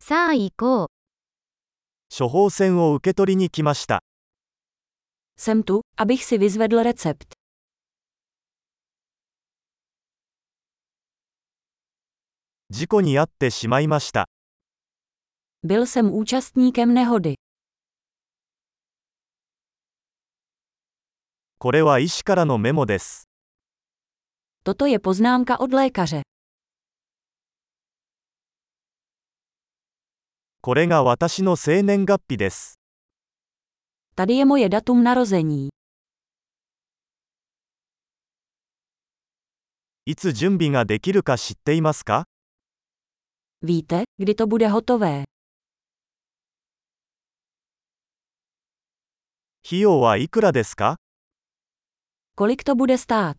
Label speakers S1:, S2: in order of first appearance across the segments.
S1: さあ行こう。
S2: 処方箋を受け取りに来ました。
S3: Jsem tu, abych si vyzvedl recept.
S2: 事故に遭ってしまいました。
S3: Byl jsem účastníkem nehody.
S2: これは医師からのメモです。
S3: Toto je poznámka od lékaře.
S2: これが私の生年月日です。
S3: Tady je moje datum narození.
S2: いつ準備ができるか知っていますか
S3: Víte, kdy to bude hotové?
S2: 費用はいくらですか
S3: Kolik to bude stát?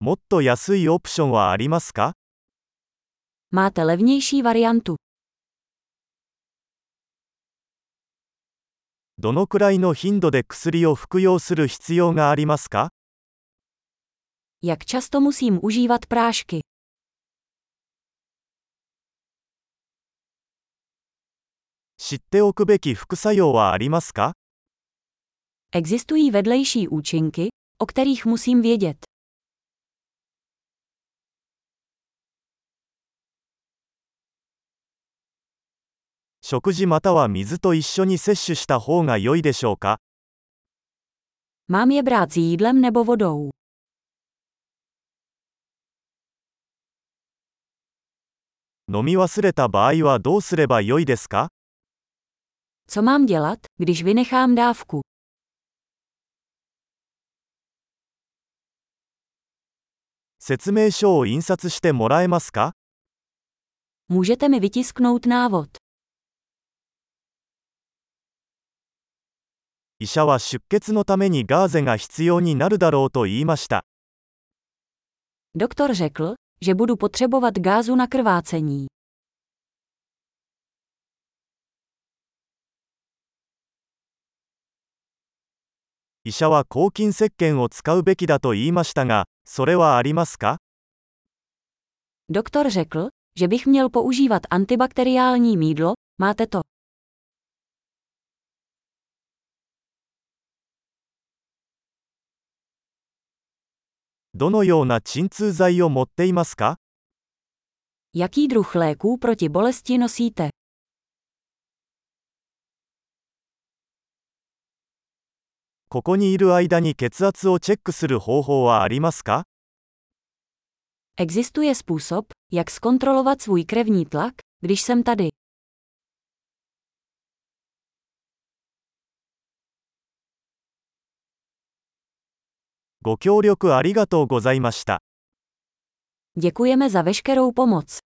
S2: もっと安いオプションはありますか
S3: Máte levnější variantu.
S2: どのくらいの頻度で薬を服用する必要がありますか
S3: Jak často musím užívat prášky?
S2: 知っておくべき副作用はありますか
S3: Existují vedlejší účinky, o kterých musím vědět.
S2: 食事または水と一緒に摂取した方が良いでしょうか
S3: Mám je brát s jídlem nebo vodou?
S2: 飲み忘れた場合はどうすれば良いですか
S3: Co mám dělat, když vynechám dávku?
S2: 説明書を印刷してもらえますか
S3: Můžete mi vytisknout návod.
S2: 医者は出血のためにガーゼが必要になるだろうと言いました。
S3: Doktor řekl, že budu potřebovat gázu na krvácení.
S2: 医者は抗菌石鹸を使うべきだと言いましたが、それはありますか
S3: Doktor řekl, že bych měl používat antibakteriální mídlo, máte to.
S2: どのような鎮痛剤を持っていますか
S3: Jaký druh léků proti bolesti nosíte?
S2: ここにいる間に血圧をチェックする方法はありますか
S3: Existuje způsob, jak zkontrolovat svůj krevní tlak, když jsem tady.
S2: ご協力ありがとうございました。
S3: Děkujeme za veškerou pomoc.